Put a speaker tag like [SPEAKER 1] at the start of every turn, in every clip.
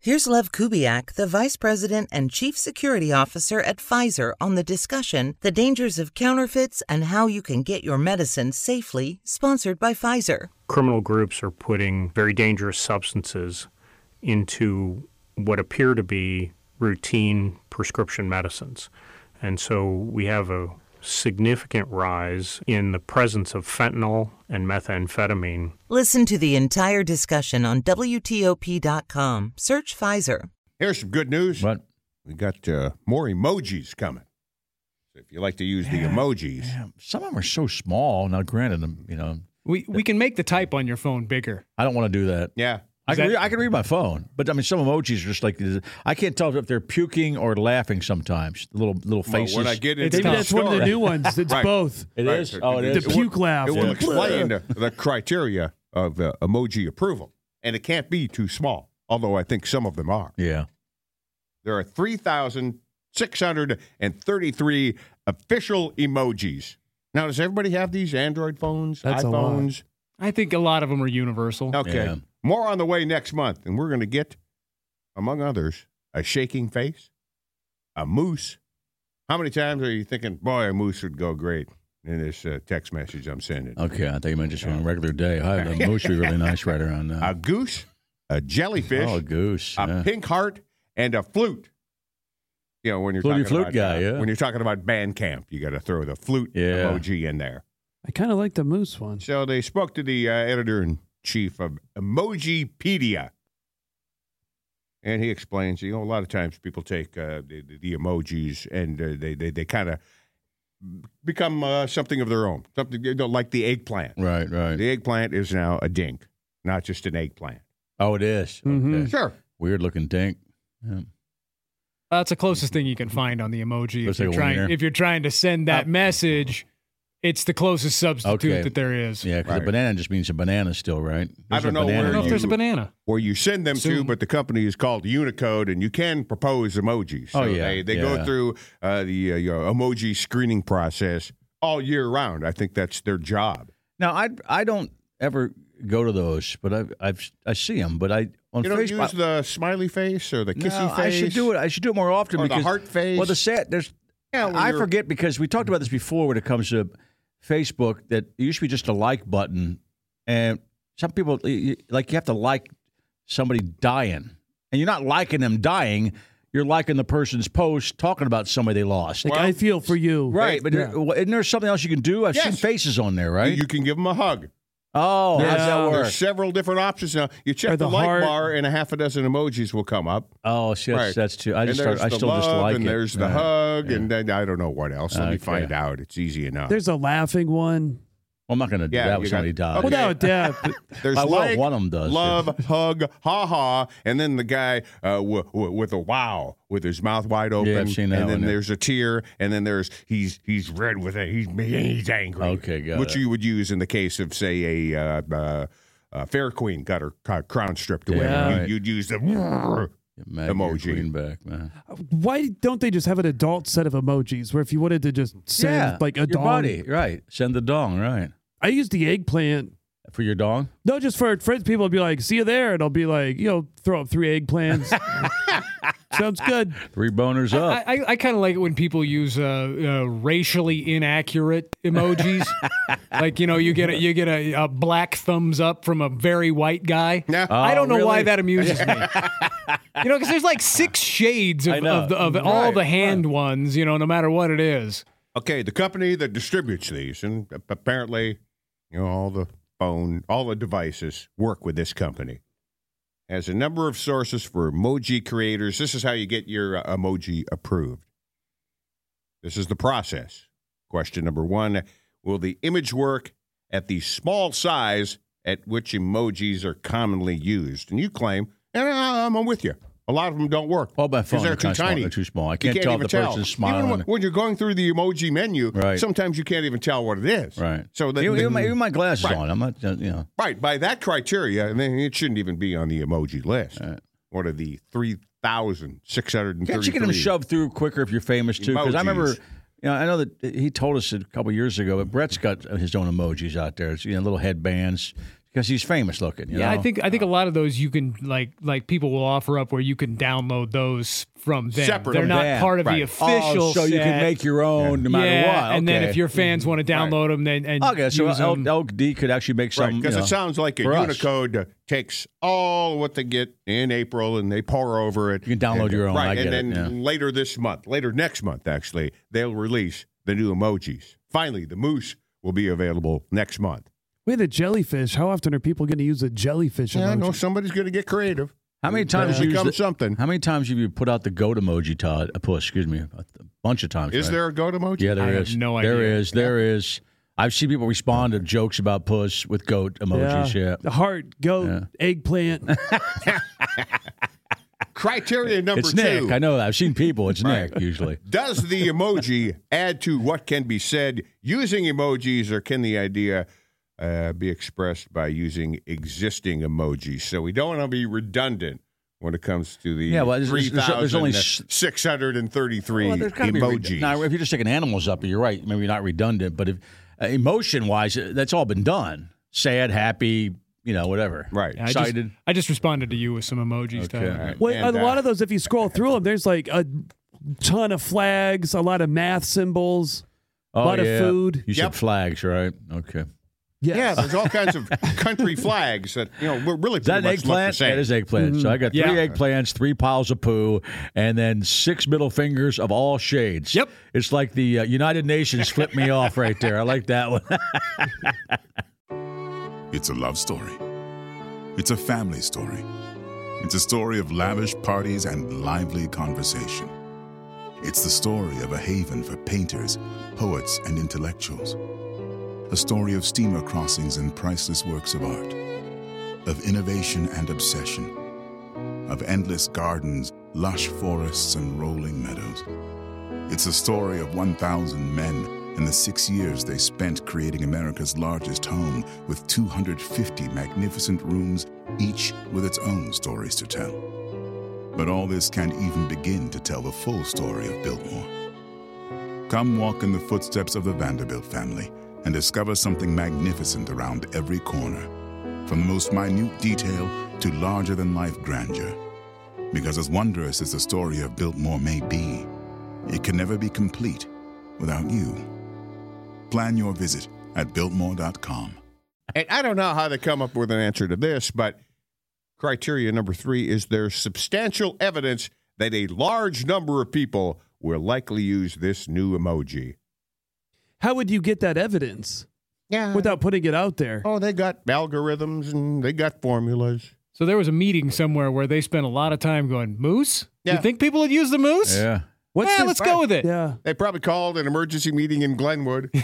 [SPEAKER 1] Here's Lev Kubiak, the Vice President and Chief Security Officer at Pfizer, on the discussion The Dangers of Counterfeits and How You Can Get Your Medicine Safely, sponsored by Pfizer.
[SPEAKER 2] Criminal groups are putting very dangerous substances into what appear to be routine prescription medicines. And so we have a significant rise in the presence of fentanyl and methamphetamine.
[SPEAKER 1] Listen to the entire discussion on WTOP.com. Search Pfizer.
[SPEAKER 3] Here's some good news.
[SPEAKER 4] What?
[SPEAKER 3] We got uh, more emojis coming. So if you like to use the emojis,
[SPEAKER 4] Yeah, some of them are so small. Now, granted, um, you know,
[SPEAKER 5] We we can make the type on your phone bigger.
[SPEAKER 4] I don't want to do that.
[SPEAKER 3] yeah,
[SPEAKER 4] I can,
[SPEAKER 5] that-
[SPEAKER 4] re- I can read my phone, but I mean, some emojis are just like I can't tell if they're puking or laughing. Sometimes the little little
[SPEAKER 3] Well,
[SPEAKER 4] faces.
[SPEAKER 3] when I get into
[SPEAKER 6] Maybe
[SPEAKER 3] the
[SPEAKER 6] that's one of the
[SPEAKER 3] story-
[SPEAKER 6] new ones. It's
[SPEAKER 3] Right.
[SPEAKER 6] both.
[SPEAKER 4] It
[SPEAKER 3] Right,
[SPEAKER 4] is?
[SPEAKER 3] so
[SPEAKER 4] Oh, it
[SPEAKER 3] it-
[SPEAKER 4] is.
[SPEAKER 6] The puke laugh.
[SPEAKER 3] it will
[SPEAKER 4] Yeah.
[SPEAKER 3] explain the, the criteria of uh, emoji approval, and it can't be too small. Although I think some of them are.
[SPEAKER 4] yeah.
[SPEAKER 3] There are three thousand six hundred and thirty-three official emojis. Now, does everybody have these Android phones,
[SPEAKER 6] That's a lot.
[SPEAKER 3] iPhones?
[SPEAKER 5] I think a lot of them are universal.
[SPEAKER 3] Okay.
[SPEAKER 4] Yeah.
[SPEAKER 3] More on the way next month, and we're going to get, among others, a shaking face, a moose. How many times are you thinking, boy, a moose would go great in this uh, text message I'm sending?
[SPEAKER 4] Okay, I thought you meant just on a regular day. I have a moose would be really nice right around now.
[SPEAKER 3] A goose, a jellyfish,
[SPEAKER 4] Oh, a goose.
[SPEAKER 3] a
[SPEAKER 4] yeah.
[SPEAKER 3] pink heart, and a flute. You know, when you're
[SPEAKER 4] Flutey
[SPEAKER 3] talking
[SPEAKER 4] flute
[SPEAKER 3] about,
[SPEAKER 4] guy,
[SPEAKER 3] uh,
[SPEAKER 4] yeah.
[SPEAKER 3] when you're talking about band camp, you got to throw the flute
[SPEAKER 4] Yeah.
[SPEAKER 3] emoji in there.
[SPEAKER 6] I kind of like the moose one.
[SPEAKER 3] So they spoke to the uh, editor in chief of Emojipedia, and he explains, you know, a lot of times people take uh, the, the- the emojis and uh, they they, they kind of become uh, something of their own, something you know, like the eggplant.
[SPEAKER 4] Right, right.
[SPEAKER 3] The eggplant is now a dink, not just an eggplant.
[SPEAKER 4] Oh, it is.
[SPEAKER 6] Mhm.
[SPEAKER 4] Okay.
[SPEAKER 3] Sure,
[SPEAKER 4] Weird looking dink. Yeah.
[SPEAKER 5] That's the closest thing you can find on the emoji.
[SPEAKER 4] Looks
[SPEAKER 5] If you're
[SPEAKER 4] like a
[SPEAKER 5] trying
[SPEAKER 4] wiener.
[SPEAKER 5] if you're trying to send that
[SPEAKER 6] Oh.
[SPEAKER 5] message, it's the closest substitute
[SPEAKER 4] Okay.
[SPEAKER 5] that there is.
[SPEAKER 4] Yeah, because
[SPEAKER 3] Right.
[SPEAKER 4] a banana just means a banana still, right?
[SPEAKER 3] I don't
[SPEAKER 4] a
[SPEAKER 3] know
[SPEAKER 4] banana
[SPEAKER 5] I don't know if
[SPEAKER 3] where
[SPEAKER 5] there's a
[SPEAKER 3] you-
[SPEAKER 5] banana.
[SPEAKER 3] where you send them to,
[SPEAKER 5] Soon.
[SPEAKER 3] but the company is called Unicode, and you can propose emojis.
[SPEAKER 4] Oh, yeah,
[SPEAKER 3] they, they go
[SPEAKER 4] yeah.
[SPEAKER 3] through uh, the uh, your emoji screening process all year round. I think that's their job.
[SPEAKER 4] Now I I don't ever go to those, but I I've, I see them. But I on
[SPEAKER 3] You don't
[SPEAKER 4] Facebook
[SPEAKER 3] use the smiley face or the
[SPEAKER 4] No,
[SPEAKER 3] kissy face.
[SPEAKER 4] I should do it. I should do it more often
[SPEAKER 3] Or the
[SPEAKER 4] because
[SPEAKER 3] heart face.
[SPEAKER 4] Well, the set there's.
[SPEAKER 3] Yeah, when
[SPEAKER 4] I
[SPEAKER 3] you're-
[SPEAKER 4] forget because we talked about this before when it comes to Facebook that it used to be just a like button, and some people y- y- like you have to like somebody dying, and you're not liking them dying. You're liking the person's post talking about somebody they lost.
[SPEAKER 6] Like I feel for you.
[SPEAKER 4] Right, but
[SPEAKER 6] Yeah.
[SPEAKER 4] there- isn't there something else you can do? I've seen
[SPEAKER 3] Yes.
[SPEAKER 4] faces on there, right?
[SPEAKER 3] You can give them a hug.
[SPEAKER 4] oh, how's that
[SPEAKER 6] Yeah.
[SPEAKER 4] work?
[SPEAKER 3] There's several different options now. You check
[SPEAKER 6] Or
[SPEAKER 3] the,
[SPEAKER 6] the
[SPEAKER 3] like
[SPEAKER 6] heart.
[SPEAKER 3] bar, and a half a dozen emojis will come up.
[SPEAKER 4] Oh, see, that's,
[SPEAKER 3] Right.
[SPEAKER 4] that's too. I
[SPEAKER 3] and
[SPEAKER 4] just,
[SPEAKER 3] there's
[SPEAKER 4] start, I
[SPEAKER 3] the
[SPEAKER 4] still
[SPEAKER 3] love,
[SPEAKER 4] just like
[SPEAKER 3] and
[SPEAKER 4] it.
[SPEAKER 3] there's the
[SPEAKER 4] Yeah.
[SPEAKER 3] hug,
[SPEAKER 4] Yeah.
[SPEAKER 3] and then I don't know what else. Let me
[SPEAKER 4] Okay.
[SPEAKER 3] find out. It's easy enough.
[SPEAKER 6] There's a laughing one.
[SPEAKER 4] Well, I'm not going to do
[SPEAKER 3] Yeah,
[SPEAKER 4] that
[SPEAKER 3] you
[SPEAKER 4] with
[SPEAKER 3] got-
[SPEAKER 4] somebody died.
[SPEAKER 3] Okay.
[SPEAKER 6] Well, no, Deb.
[SPEAKER 3] There's
[SPEAKER 4] I love
[SPEAKER 3] like,
[SPEAKER 4] one of 'em does,
[SPEAKER 3] love, hug, ha ha, and then the guy uh, w- w- with a wow, with his mouth wide open.
[SPEAKER 4] I've seen that
[SPEAKER 3] and then
[SPEAKER 4] one, yeah.
[SPEAKER 3] there's a tear, and then there's he's he's red with it. He's he's angry.
[SPEAKER 4] Okay, got
[SPEAKER 3] which
[SPEAKER 4] it.
[SPEAKER 3] you would use in the case of say a. Uh, uh, uh, fair queen got her co- crown stripped away.
[SPEAKER 6] Yeah.
[SPEAKER 3] You-
[SPEAKER 4] Right.
[SPEAKER 3] You'd use the
[SPEAKER 4] Maggie
[SPEAKER 3] Emoji.
[SPEAKER 4] Greenback, man.
[SPEAKER 6] uh, Why don't they just have an adult set of emojis where if you wanted to just send like a
[SPEAKER 4] your
[SPEAKER 6] dong?
[SPEAKER 4] body, right? Send the dong, right?
[SPEAKER 6] I use the eggplant.
[SPEAKER 4] For your dong,
[SPEAKER 6] No, just for friends, people would be like, see you there. And I'll be like, you know, throw up three eggplants. Sounds good.
[SPEAKER 4] three boners up.
[SPEAKER 5] I, I, I kind of like it when people use uh, uh, racially inaccurate emojis. like you know, you get a, you get a, a black thumbs up from a very white guy.
[SPEAKER 3] Yeah.
[SPEAKER 5] I don't know
[SPEAKER 4] Oh, really?
[SPEAKER 5] why that amuses me. you know, because there's like six shades
[SPEAKER 4] I
[SPEAKER 5] of
[SPEAKER 4] know.
[SPEAKER 5] of, the, of all the hand ones. You know, no matter what it is.
[SPEAKER 3] Okay, the company that distributes these, and apparently, you know, all the phone, all the devices work with this company, has a number of sources for emoji creators. This is how you get your uh, emoji approved. This is the process. Question number one Will the image work at the small size at which emojis are commonly used? And you claim, and I- I'm with you. A lot of them don't work.
[SPEAKER 4] Oh, by
[SPEAKER 3] because
[SPEAKER 4] phone,
[SPEAKER 3] they're
[SPEAKER 4] they're
[SPEAKER 3] too
[SPEAKER 4] kinda small.
[SPEAKER 3] tiny.
[SPEAKER 4] They're too small. I
[SPEAKER 3] You
[SPEAKER 4] can't tell if
[SPEAKER 3] even
[SPEAKER 4] the person's
[SPEAKER 3] Even
[SPEAKER 4] smiling.
[SPEAKER 3] when, when you're going through the emoji menu,
[SPEAKER 4] Right.
[SPEAKER 3] sometimes you can't even tell what it is.
[SPEAKER 4] right.
[SPEAKER 3] So that,
[SPEAKER 4] even, even my, even my glasses
[SPEAKER 3] Right.
[SPEAKER 4] on. I'm not. uh, You know.
[SPEAKER 3] right by that criteria, then it shouldn't even be on the emoji list. What are the three thousand six hundred and
[SPEAKER 4] Can't you get them
[SPEAKER 3] thirty-three?
[SPEAKER 4] shoved through quicker if you're famous too? Because I remember,
[SPEAKER 3] Emojis.
[SPEAKER 4] you know, I know that he told us a couple years ago, but Brett's got his own emojis out there. It's, you know, little headbands, because he's famous looking. you
[SPEAKER 5] yeah, I
[SPEAKER 4] know?
[SPEAKER 5] think I think a lot of those you can like like people will offer up where you can download those from them.
[SPEAKER 3] Separate
[SPEAKER 5] They're
[SPEAKER 3] from
[SPEAKER 5] not
[SPEAKER 4] them,
[SPEAKER 5] part of
[SPEAKER 3] right.
[SPEAKER 5] the official.
[SPEAKER 4] Oh, so you can
[SPEAKER 5] set.
[SPEAKER 4] make your own no matter
[SPEAKER 5] yeah,
[SPEAKER 4] what.
[SPEAKER 5] and then
[SPEAKER 4] Okay. Mm-hmm.
[SPEAKER 5] if your fans want to download them, then and
[SPEAKER 4] okay, so
[SPEAKER 5] use
[SPEAKER 4] L-
[SPEAKER 5] 'em.
[SPEAKER 4] LD could actually make some.
[SPEAKER 3] Right, because
[SPEAKER 4] you
[SPEAKER 3] it
[SPEAKER 4] know,
[SPEAKER 3] sounds like a
[SPEAKER 4] for us.
[SPEAKER 3] Unicode uh, takes all what they get in April and they pour over it.
[SPEAKER 4] You can download
[SPEAKER 3] And-
[SPEAKER 4] your own,
[SPEAKER 3] Right,
[SPEAKER 4] I get it,
[SPEAKER 3] and then later this month, later next month, actually, they'll release the new emojis. Finally, the moose will be available next month.
[SPEAKER 6] Wait, the jellyfish. How often are people going to use a jellyfish
[SPEAKER 3] Yeah, I know
[SPEAKER 6] emoji?
[SPEAKER 3] somebody's going to get creative.
[SPEAKER 4] How many
[SPEAKER 3] Better
[SPEAKER 4] times you
[SPEAKER 3] become
[SPEAKER 4] used the-
[SPEAKER 3] something?
[SPEAKER 4] How many times have you put out the goat emoji, Todd? A push, excuse me, a a bunch of times.
[SPEAKER 3] Is
[SPEAKER 4] right?
[SPEAKER 3] there a goat emoji?
[SPEAKER 4] Yeah, there
[SPEAKER 5] I
[SPEAKER 4] is.
[SPEAKER 5] have no
[SPEAKER 4] There
[SPEAKER 5] idea.
[SPEAKER 4] is. There is. I've seen people respond to jokes about puss with goat emojis. Yeah.
[SPEAKER 6] The heart, goat,
[SPEAKER 4] Yeah.
[SPEAKER 6] eggplant.
[SPEAKER 3] Criteria number
[SPEAKER 4] It's
[SPEAKER 3] two.
[SPEAKER 4] Nick. I know that. I've seen people. It's Nick usually.
[SPEAKER 3] Does the emoji add to what can be said using emojis, or can the idea uh, be expressed by using existing emojis? So we don't want to be redundant when it comes to the
[SPEAKER 4] Yeah, well, there's-
[SPEAKER 3] three
[SPEAKER 4] there's- there's
[SPEAKER 3] thousand
[SPEAKER 4] only s-
[SPEAKER 3] six hundred and thirty-three
[SPEAKER 4] Well, there's gotta be
[SPEAKER 3] emojis.
[SPEAKER 4] redu- now, if you're just taking animals up, you're right. Maybe not redundant, but if uh, emotion wise, that's all been done. Sad, happy, you know, whatever.
[SPEAKER 3] right.
[SPEAKER 5] Yeah, I just,
[SPEAKER 4] Excited.
[SPEAKER 5] I just responded to you with some emojis.
[SPEAKER 4] Okay.
[SPEAKER 5] Tyler.
[SPEAKER 3] Right.
[SPEAKER 6] Wait,
[SPEAKER 3] And,
[SPEAKER 6] a
[SPEAKER 3] uh,
[SPEAKER 6] lot of those, if you scroll through them, there's like a ton of flags, a lot of math symbols.
[SPEAKER 4] Oh,
[SPEAKER 6] lot of
[SPEAKER 4] yeah.
[SPEAKER 6] food.
[SPEAKER 4] You
[SPEAKER 3] Yep.
[SPEAKER 4] said flags, right? Okay.
[SPEAKER 3] Yeah, there's all kinds of country flags that you know we're really
[SPEAKER 4] Is that
[SPEAKER 3] pretty much
[SPEAKER 4] an
[SPEAKER 3] look the
[SPEAKER 4] eggplant?
[SPEAKER 3] same.
[SPEAKER 4] That is eggplant. So I got three
[SPEAKER 5] Yeah.
[SPEAKER 4] eggplants, three piles of poo, and then six middle fingers of all shades.
[SPEAKER 5] Yep.
[SPEAKER 4] It's like the uh, United Nations flipped me off right there. I like that one.
[SPEAKER 7] It's a love story. It's a family story. It's a story of lavish parties and lively conversation. It's the story of a haven for painters, poets, and intellectuals. A story of steamer crossings and priceless works of art, of innovation and obsession, of endless gardens, lush forests, and rolling meadows. It's a story of 1,000 men and the six years they spent creating America's largest home with 250 magnificent rooms, each with its own stories to tell. But all this can't even begin to tell the full story of Biltmore. Come walk in the footsteps of the Vanderbilt family and discover something magnificent around every corner, from the most minute detail to larger than life grandeur. Because as wondrous as the story of Biltmore may be, it can never be complete without you. Plan your visit at Biltmore.com.
[SPEAKER 3] And I don't know how they come up with an answer to this, but criteria number three is there's substantial evidence that a large number of people will likely use this new emoji.
[SPEAKER 6] How would you get that evidence
[SPEAKER 3] Yeah.
[SPEAKER 6] without putting it out there?
[SPEAKER 3] oh, they got algorithms and they got formulas.
[SPEAKER 5] So there was a meeting somewhere where they spent a lot of time going moose.
[SPEAKER 3] Yeah.
[SPEAKER 5] You think people would use the moose?
[SPEAKER 4] yeah.
[SPEAKER 6] What's
[SPEAKER 5] Yeah,
[SPEAKER 6] the-
[SPEAKER 5] let's go with it.
[SPEAKER 6] Yeah,
[SPEAKER 3] They probably called an emergency meeting in Glenwood. Yeah.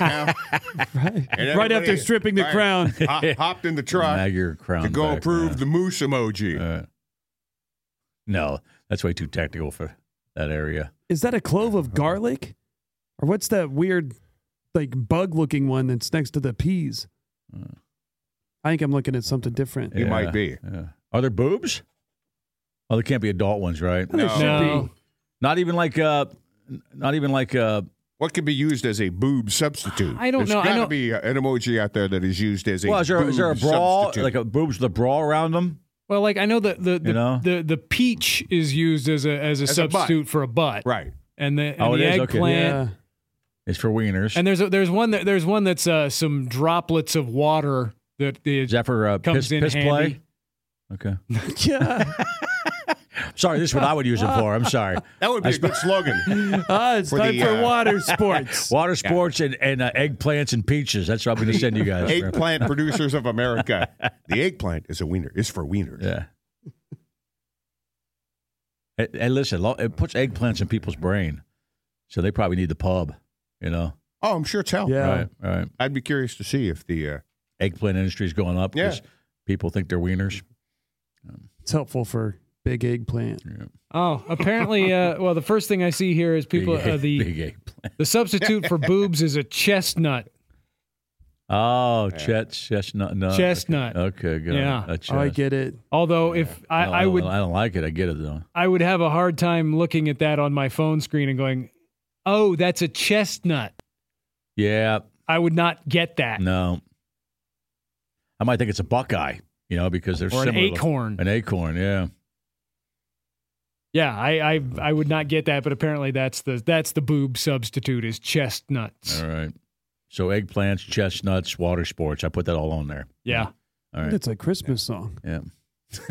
[SPEAKER 6] right.
[SPEAKER 3] And
[SPEAKER 6] right
[SPEAKER 3] everybody-
[SPEAKER 6] after stripping the
[SPEAKER 3] Right.
[SPEAKER 6] crown.
[SPEAKER 3] Hop- hopped in the
[SPEAKER 4] Now
[SPEAKER 3] truck
[SPEAKER 4] your crown
[SPEAKER 3] to go
[SPEAKER 4] back,
[SPEAKER 3] approve
[SPEAKER 4] yeah.
[SPEAKER 3] the moose emoji.
[SPEAKER 4] Uh, no, that's way too technical for that area.
[SPEAKER 6] Is that a clove of garlic? Or what's that weird, like bug looking one that's next to the peas? I think I'm looking at something different.
[SPEAKER 3] You might be.
[SPEAKER 4] yeah. Are there boobs? Oh, there can't be adult ones, right?
[SPEAKER 6] There
[SPEAKER 3] No.
[SPEAKER 6] Oh, should
[SPEAKER 5] No.
[SPEAKER 4] Not even like uh, n- not even like uh,
[SPEAKER 3] What could be used as a boob substitute?
[SPEAKER 5] I don't know. I
[SPEAKER 3] There's got
[SPEAKER 5] know-
[SPEAKER 3] to be an emoji out there that is used as a
[SPEAKER 4] well, is there, is there a
[SPEAKER 3] boob
[SPEAKER 4] brawl
[SPEAKER 3] substitute.
[SPEAKER 4] like a boobs with a bra around them?
[SPEAKER 5] Well, like I know that the the,
[SPEAKER 4] You know?
[SPEAKER 5] the the peach is used as a as a
[SPEAKER 3] As a butt.
[SPEAKER 5] substitute for a butt,
[SPEAKER 3] right.
[SPEAKER 5] And the, and
[SPEAKER 4] Oh, it
[SPEAKER 5] the
[SPEAKER 4] is? Okay.
[SPEAKER 5] eggplant.
[SPEAKER 6] Yeah.
[SPEAKER 4] It's for wieners.
[SPEAKER 5] And there's a, there's one that there's one that's uh, some droplets of water that the
[SPEAKER 4] Is that for uh,
[SPEAKER 5] comes
[SPEAKER 4] piss,
[SPEAKER 5] in
[SPEAKER 4] piss play?
[SPEAKER 5] handy.
[SPEAKER 4] Okay.
[SPEAKER 6] yeah.
[SPEAKER 4] Sorry, this is what I would use it for. I'm sorry.
[SPEAKER 3] That would be a good slogan.
[SPEAKER 6] Ah, it's
[SPEAKER 3] For
[SPEAKER 6] time
[SPEAKER 3] the,
[SPEAKER 6] for
[SPEAKER 3] uh,
[SPEAKER 6] water sports.
[SPEAKER 4] Water sports and, and uh, eggplants and peaches. That's what I'm going to send you guys.
[SPEAKER 3] Eggplant producers of America. The eggplant is a wiener. It's for wieners.
[SPEAKER 4] Yeah. And, and listen, lo- it puts eggplants in people's brain, so they probably need the pub. You know.
[SPEAKER 3] Oh, I'm sure it's hell.
[SPEAKER 6] Yeah.
[SPEAKER 4] Right. Right.
[SPEAKER 3] I'd be curious to see if the uh,
[SPEAKER 4] Eggplant industry is going up
[SPEAKER 3] Yeah.
[SPEAKER 4] because people think they're wieners.
[SPEAKER 6] It's helpful for big eggplant.
[SPEAKER 5] Oh, apparently, uh, well, the first thing I see here is people
[SPEAKER 4] big,
[SPEAKER 5] uh,
[SPEAKER 4] egg-
[SPEAKER 5] the
[SPEAKER 4] big eggplant.
[SPEAKER 5] the substitute for boobs is a chestnut.
[SPEAKER 4] Oh, chet, chestnut. No.
[SPEAKER 5] Chestnut.
[SPEAKER 4] Okay. okay good.
[SPEAKER 5] Yeah.
[SPEAKER 4] A
[SPEAKER 6] Oh, I
[SPEAKER 4] chest.
[SPEAKER 6] get it.
[SPEAKER 5] Although, if I,
[SPEAKER 4] No,
[SPEAKER 5] I
[SPEAKER 4] don't-
[SPEAKER 5] would
[SPEAKER 4] I don't like it. I get it though.
[SPEAKER 5] I would have a hard time looking at that on my phone screen and going, "Oh, that's a chestnut."
[SPEAKER 4] Yeah.
[SPEAKER 5] I would not get that.
[SPEAKER 4] No. I might think it's a buckeye, you know, because they're
[SPEAKER 5] Or an
[SPEAKER 4] similar. to-
[SPEAKER 5] acorn.
[SPEAKER 4] An acorn, yeah.
[SPEAKER 5] Yeah, I, I I would not get that, but apparently that's the that's the boob substitute is chestnuts.
[SPEAKER 4] All right. So eggplants, chestnuts, water sports. I put that all on there.
[SPEAKER 5] Yeah.
[SPEAKER 4] All right.
[SPEAKER 6] It's a Christmas song.
[SPEAKER 4] Yeah.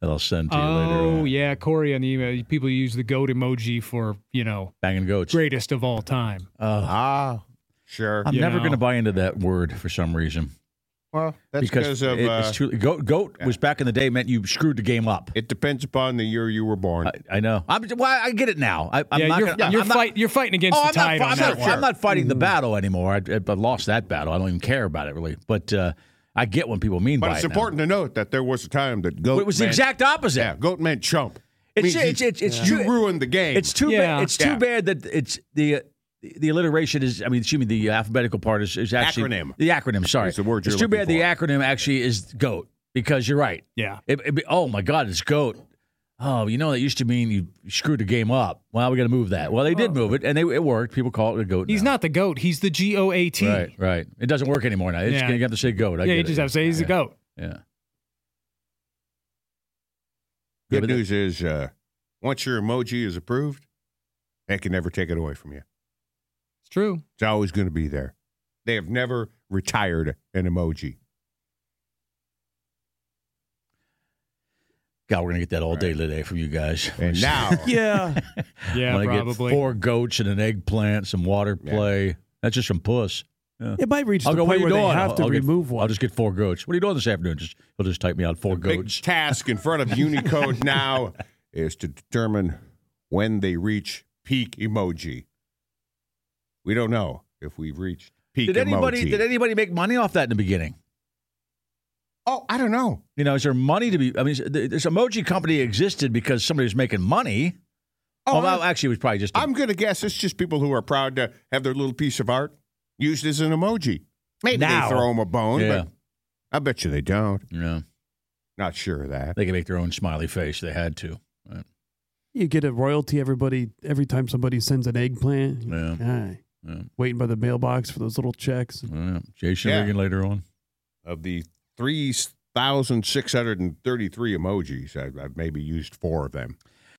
[SPEAKER 4] that I'll send to you later.
[SPEAKER 5] Oh
[SPEAKER 4] uh,
[SPEAKER 5] yeah, Corey on the email. People use the goat emoji for you know
[SPEAKER 4] Banging goats.
[SPEAKER 5] greatest of all time.
[SPEAKER 4] Oh,
[SPEAKER 3] Ah, sure.
[SPEAKER 4] I'm
[SPEAKER 5] You
[SPEAKER 4] never
[SPEAKER 5] know.
[SPEAKER 4] going to buy into that word for some reason.
[SPEAKER 3] well, that's because of.
[SPEAKER 4] it,
[SPEAKER 3] uh,
[SPEAKER 4] it's too, goat. Goat was back in the day meant you screwed the game up.
[SPEAKER 3] it depends upon the year you were born.
[SPEAKER 4] I, I know. I'm, well, I get it now. I, I'm
[SPEAKER 5] yeah,
[SPEAKER 4] not
[SPEAKER 5] you're,
[SPEAKER 4] gonna,
[SPEAKER 5] you're,
[SPEAKER 4] I'm not- Oh,
[SPEAKER 5] fight, you're fighting against the tide
[SPEAKER 4] I'm
[SPEAKER 5] on
[SPEAKER 4] not,
[SPEAKER 5] that
[SPEAKER 4] I'm,
[SPEAKER 5] one.
[SPEAKER 4] not, I'm not fighting the
[SPEAKER 3] Mm.
[SPEAKER 4] battle anymore. I, I, I lost that battle. I don't even care about it really. But uh, I get what people mean
[SPEAKER 3] but
[SPEAKER 4] by
[SPEAKER 3] it's
[SPEAKER 4] it. now.
[SPEAKER 3] important to note that there was a time that goat.
[SPEAKER 4] But it was the
[SPEAKER 3] meant-
[SPEAKER 4] exact opposite.
[SPEAKER 3] Yeah, goat meant chump. Means
[SPEAKER 4] It's, it's,
[SPEAKER 3] you-
[SPEAKER 4] it's, it's
[SPEAKER 3] you
[SPEAKER 4] too,
[SPEAKER 3] ruined the game.
[SPEAKER 4] It's too
[SPEAKER 5] Yeah.
[SPEAKER 4] bad. It's
[SPEAKER 3] Yeah.
[SPEAKER 4] too bad that it's the. uh, The alliteration is, I mean, excuse me, the alphabetical part is, is actually.
[SPEAKER 3] Acronym.
[SPEAKER 4] The acronym, sorry.
[SPEAKER 3] It's the word
[SPEAKER 4] It's
[SPEAKER 3] you're
[SPEAKER 4] too bad
[SPEAKER 3] looking
[SPEAKER 4] the
[SPEAKER 3] for.
[SPEAKER 4] acronym actually is GOAT because you're right.
[SPEAKER 5] yeah.
[SPEAKER 4] It, it be- oh my God, it's goat. Oh, you know that used to mean you screwed the game up. Well, we got to move that. Well, they did move it, and they, it worked. People call it a goat.
[SPEAKER 5] Oh. He's
[SPEAKER 4] now.
[SPEAKER 5] not the goat. He's the G O A T.
[SPEAKER 4] right. Right. It doesn't work anymore now. It's,
[SPEAKER 5] Yeah.
[SPEAKER 4] You have to say goat. I
[SPEAKER 5] Yeah,
[SPEAKER 4] get
[SPEAKER 5] you
[SPEAKER 4] it.
[SPEAKER 5] just have to say he's
[SPEAKER 4] yeah.
[SPEAKER 5] the goat.
[SPEAKER 4] Yeah.
[SPEAKER 3] Good
[SPEAKER 4] But it-
[SPEAKER 3] news is, uh, once your emoji is approved, they can never take it away from you.
[SPEAKER 5] It's true.
[SPEAKER 3] It's always going to be there. They have never retired an emoji.
[SPEAKER 4] God, we're gonna get that all day today from you guys.
[SPEAKER 3] And now,
[SPEAKER 6] Yeah.
[SPEAKER 5] Yeah,
[SPEAKER 4] I'm gonna
[SPEAKER 5] probably.
[SPEAKER 4] Get four goats and an eggplant, some water
[SPEAKER 3] Yeah.
[SPEAKER 4] play. That's just from puss.
[SPEAKER 6] It might reach
[SPEAKER 4] I'll
[SPEAKER 6] the
[SPEAKER 4] go. What are
[SPEAKER 6] point
[SPEAKER 4] you
[SPEAKER 6] where
[SPEAKER 4] doing?
[SPEAKER 6] they have
[SPEAKER 4] I'll,
[SPEAKER 6] to
[SPEAKER 4] I'll get-
[SPEAKER 6] remove one.
[SPEAKER 4] I'll just get four goats. What are you doing this afternoon? Just he'll just type me out four
[SPEAKER 3] big
[SPEAKER 4] goats.
[SPEAKER 3] task in front of Unicode now is to determine when they reach peak emoji. We don't know if we've reached peak
[SPEAKER 4] Did anybody?
[SPEAKER 3] emoji.
[SPEAKER 4] Did anybody make money off that in the beginning?
[SPEAKER 3] oh, I don't know.
[SPEAKER 4] You know, is there money to be? I mean, is- th- this emoji company existed because somebody was making money.
[SPEAKER 3] Oh,
[SPEAKER 4] Oh, well, actually, it was probably just. a-
[SPEAKER 3] I'm going to guess it's just people who are proud to have their little piece of art used as an emoji. Maybe
[SPEAKER 4] Now.
[SPEAKER 3] they throw them a bone,
[SPEAKER 4] yeah,
[SPEAKER 3] but I bet you they don't.
[SPEAKER 4] yeah.
[SPEAKER 3] Not sure of that.
[SPEAKER 4] They could make their own smiley face. They had to. Right.
[SPEAKER 6] you get a royalty everybody every time somebody sends an eggplant.
[SPEAKER 4] Yeah.
[SPEAKER 6] Aye.
[SPEAKER 4] Yeah.
[SPEAKER 6] Waiting by the mailbox for those little checks.
[SPEAKER 4] Yeah. Jason
[SPEAKER 3] Yeah.
[SPEAKER 4] Regan later on.
[SPEAKER 3] Of the 3,633 emojis, I- I've maybe used four of them.